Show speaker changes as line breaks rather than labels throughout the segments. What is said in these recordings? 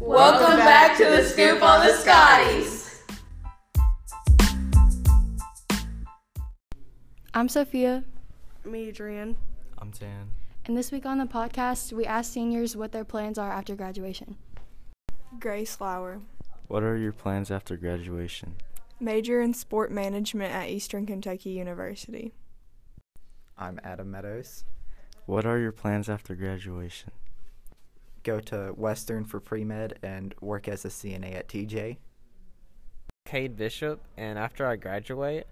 Welcome back to the Scoop on the Scotties.
I'm Sophia,
I'm Adrian.
I'm Tan.
and this week on the podcast, we asked seniors what their plans are after graduation.
Grace Lauer.
What are your plans after graduation?
Major in sport management at Eastern Kentucky University.
I'm Adam Meadows.
What are your plans after graduation?
Go to Western for pre med and work as a CNA at TJ.
Cade Bishop, and after I graduate,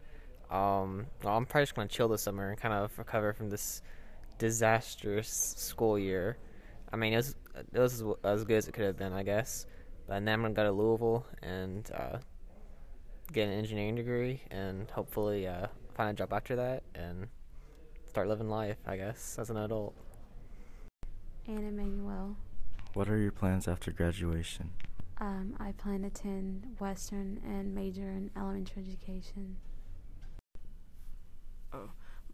um, well, I'm probably just gonna chill this summer and kind of recover from this disastrous school year. I mean, it was it was as- as good as it could have been, I guess. And then I'm gonna go to Louisville and uh, get an engineering degree, and hopefully uh, find a job after that, and start living life, I guess, as an adult.
And Emmanuel.
What are your plans after graduation?
Um, I plan to attend Western and major in elementary education.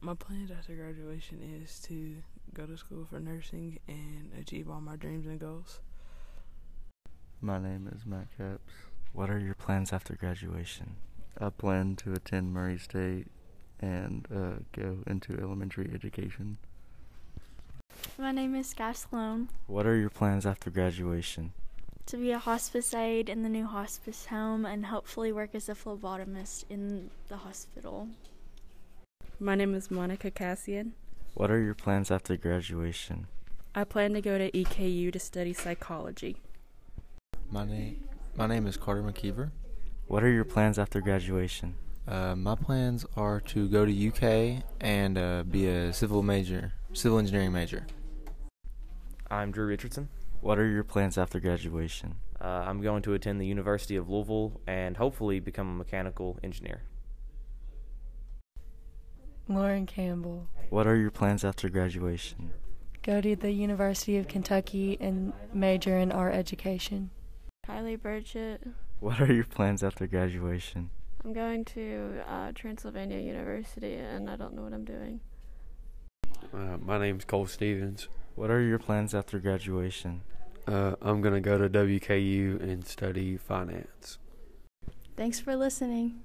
My plans after graduation is to go to school for nursing and achieve all my dreams and goals.
My name is Matt Caps. What are your plans after graduation? I plan to attend Murray State and uh, go into elementary education.
My name is Sky Sloan.
What are your plans after graduation?
To be a hospice aide in the new hospice home and hopefully work as a phlebotomist in the hospital.
My name is Monica Cassian.
What are your plans after graduation?
I plan to go to EKU to study psychology.
My name my name is Carter McKeever.
What are your plans after graduation?
Uh, my plans are to go to UK and uh, be a civil major, civil engineering major.
I'm Drew Richardson.
What are your plans after graduation?
Uh, I'm going to attend the University of Louisville and hopefully become a mechanical engineer.
Lauren Campbell.
What are your plans after graduation?
Go to the University of Kentucky and major in art education.
Kylie Burchett.
What are your plans after graduation?
I'm going to uh, Transylvania University and I don't know what I'm doing.
Uh, my name's Cole Stevens.
What are your plans after graduation?
Uh, I'm going to go to WKU and study finance.
Thanks for listening.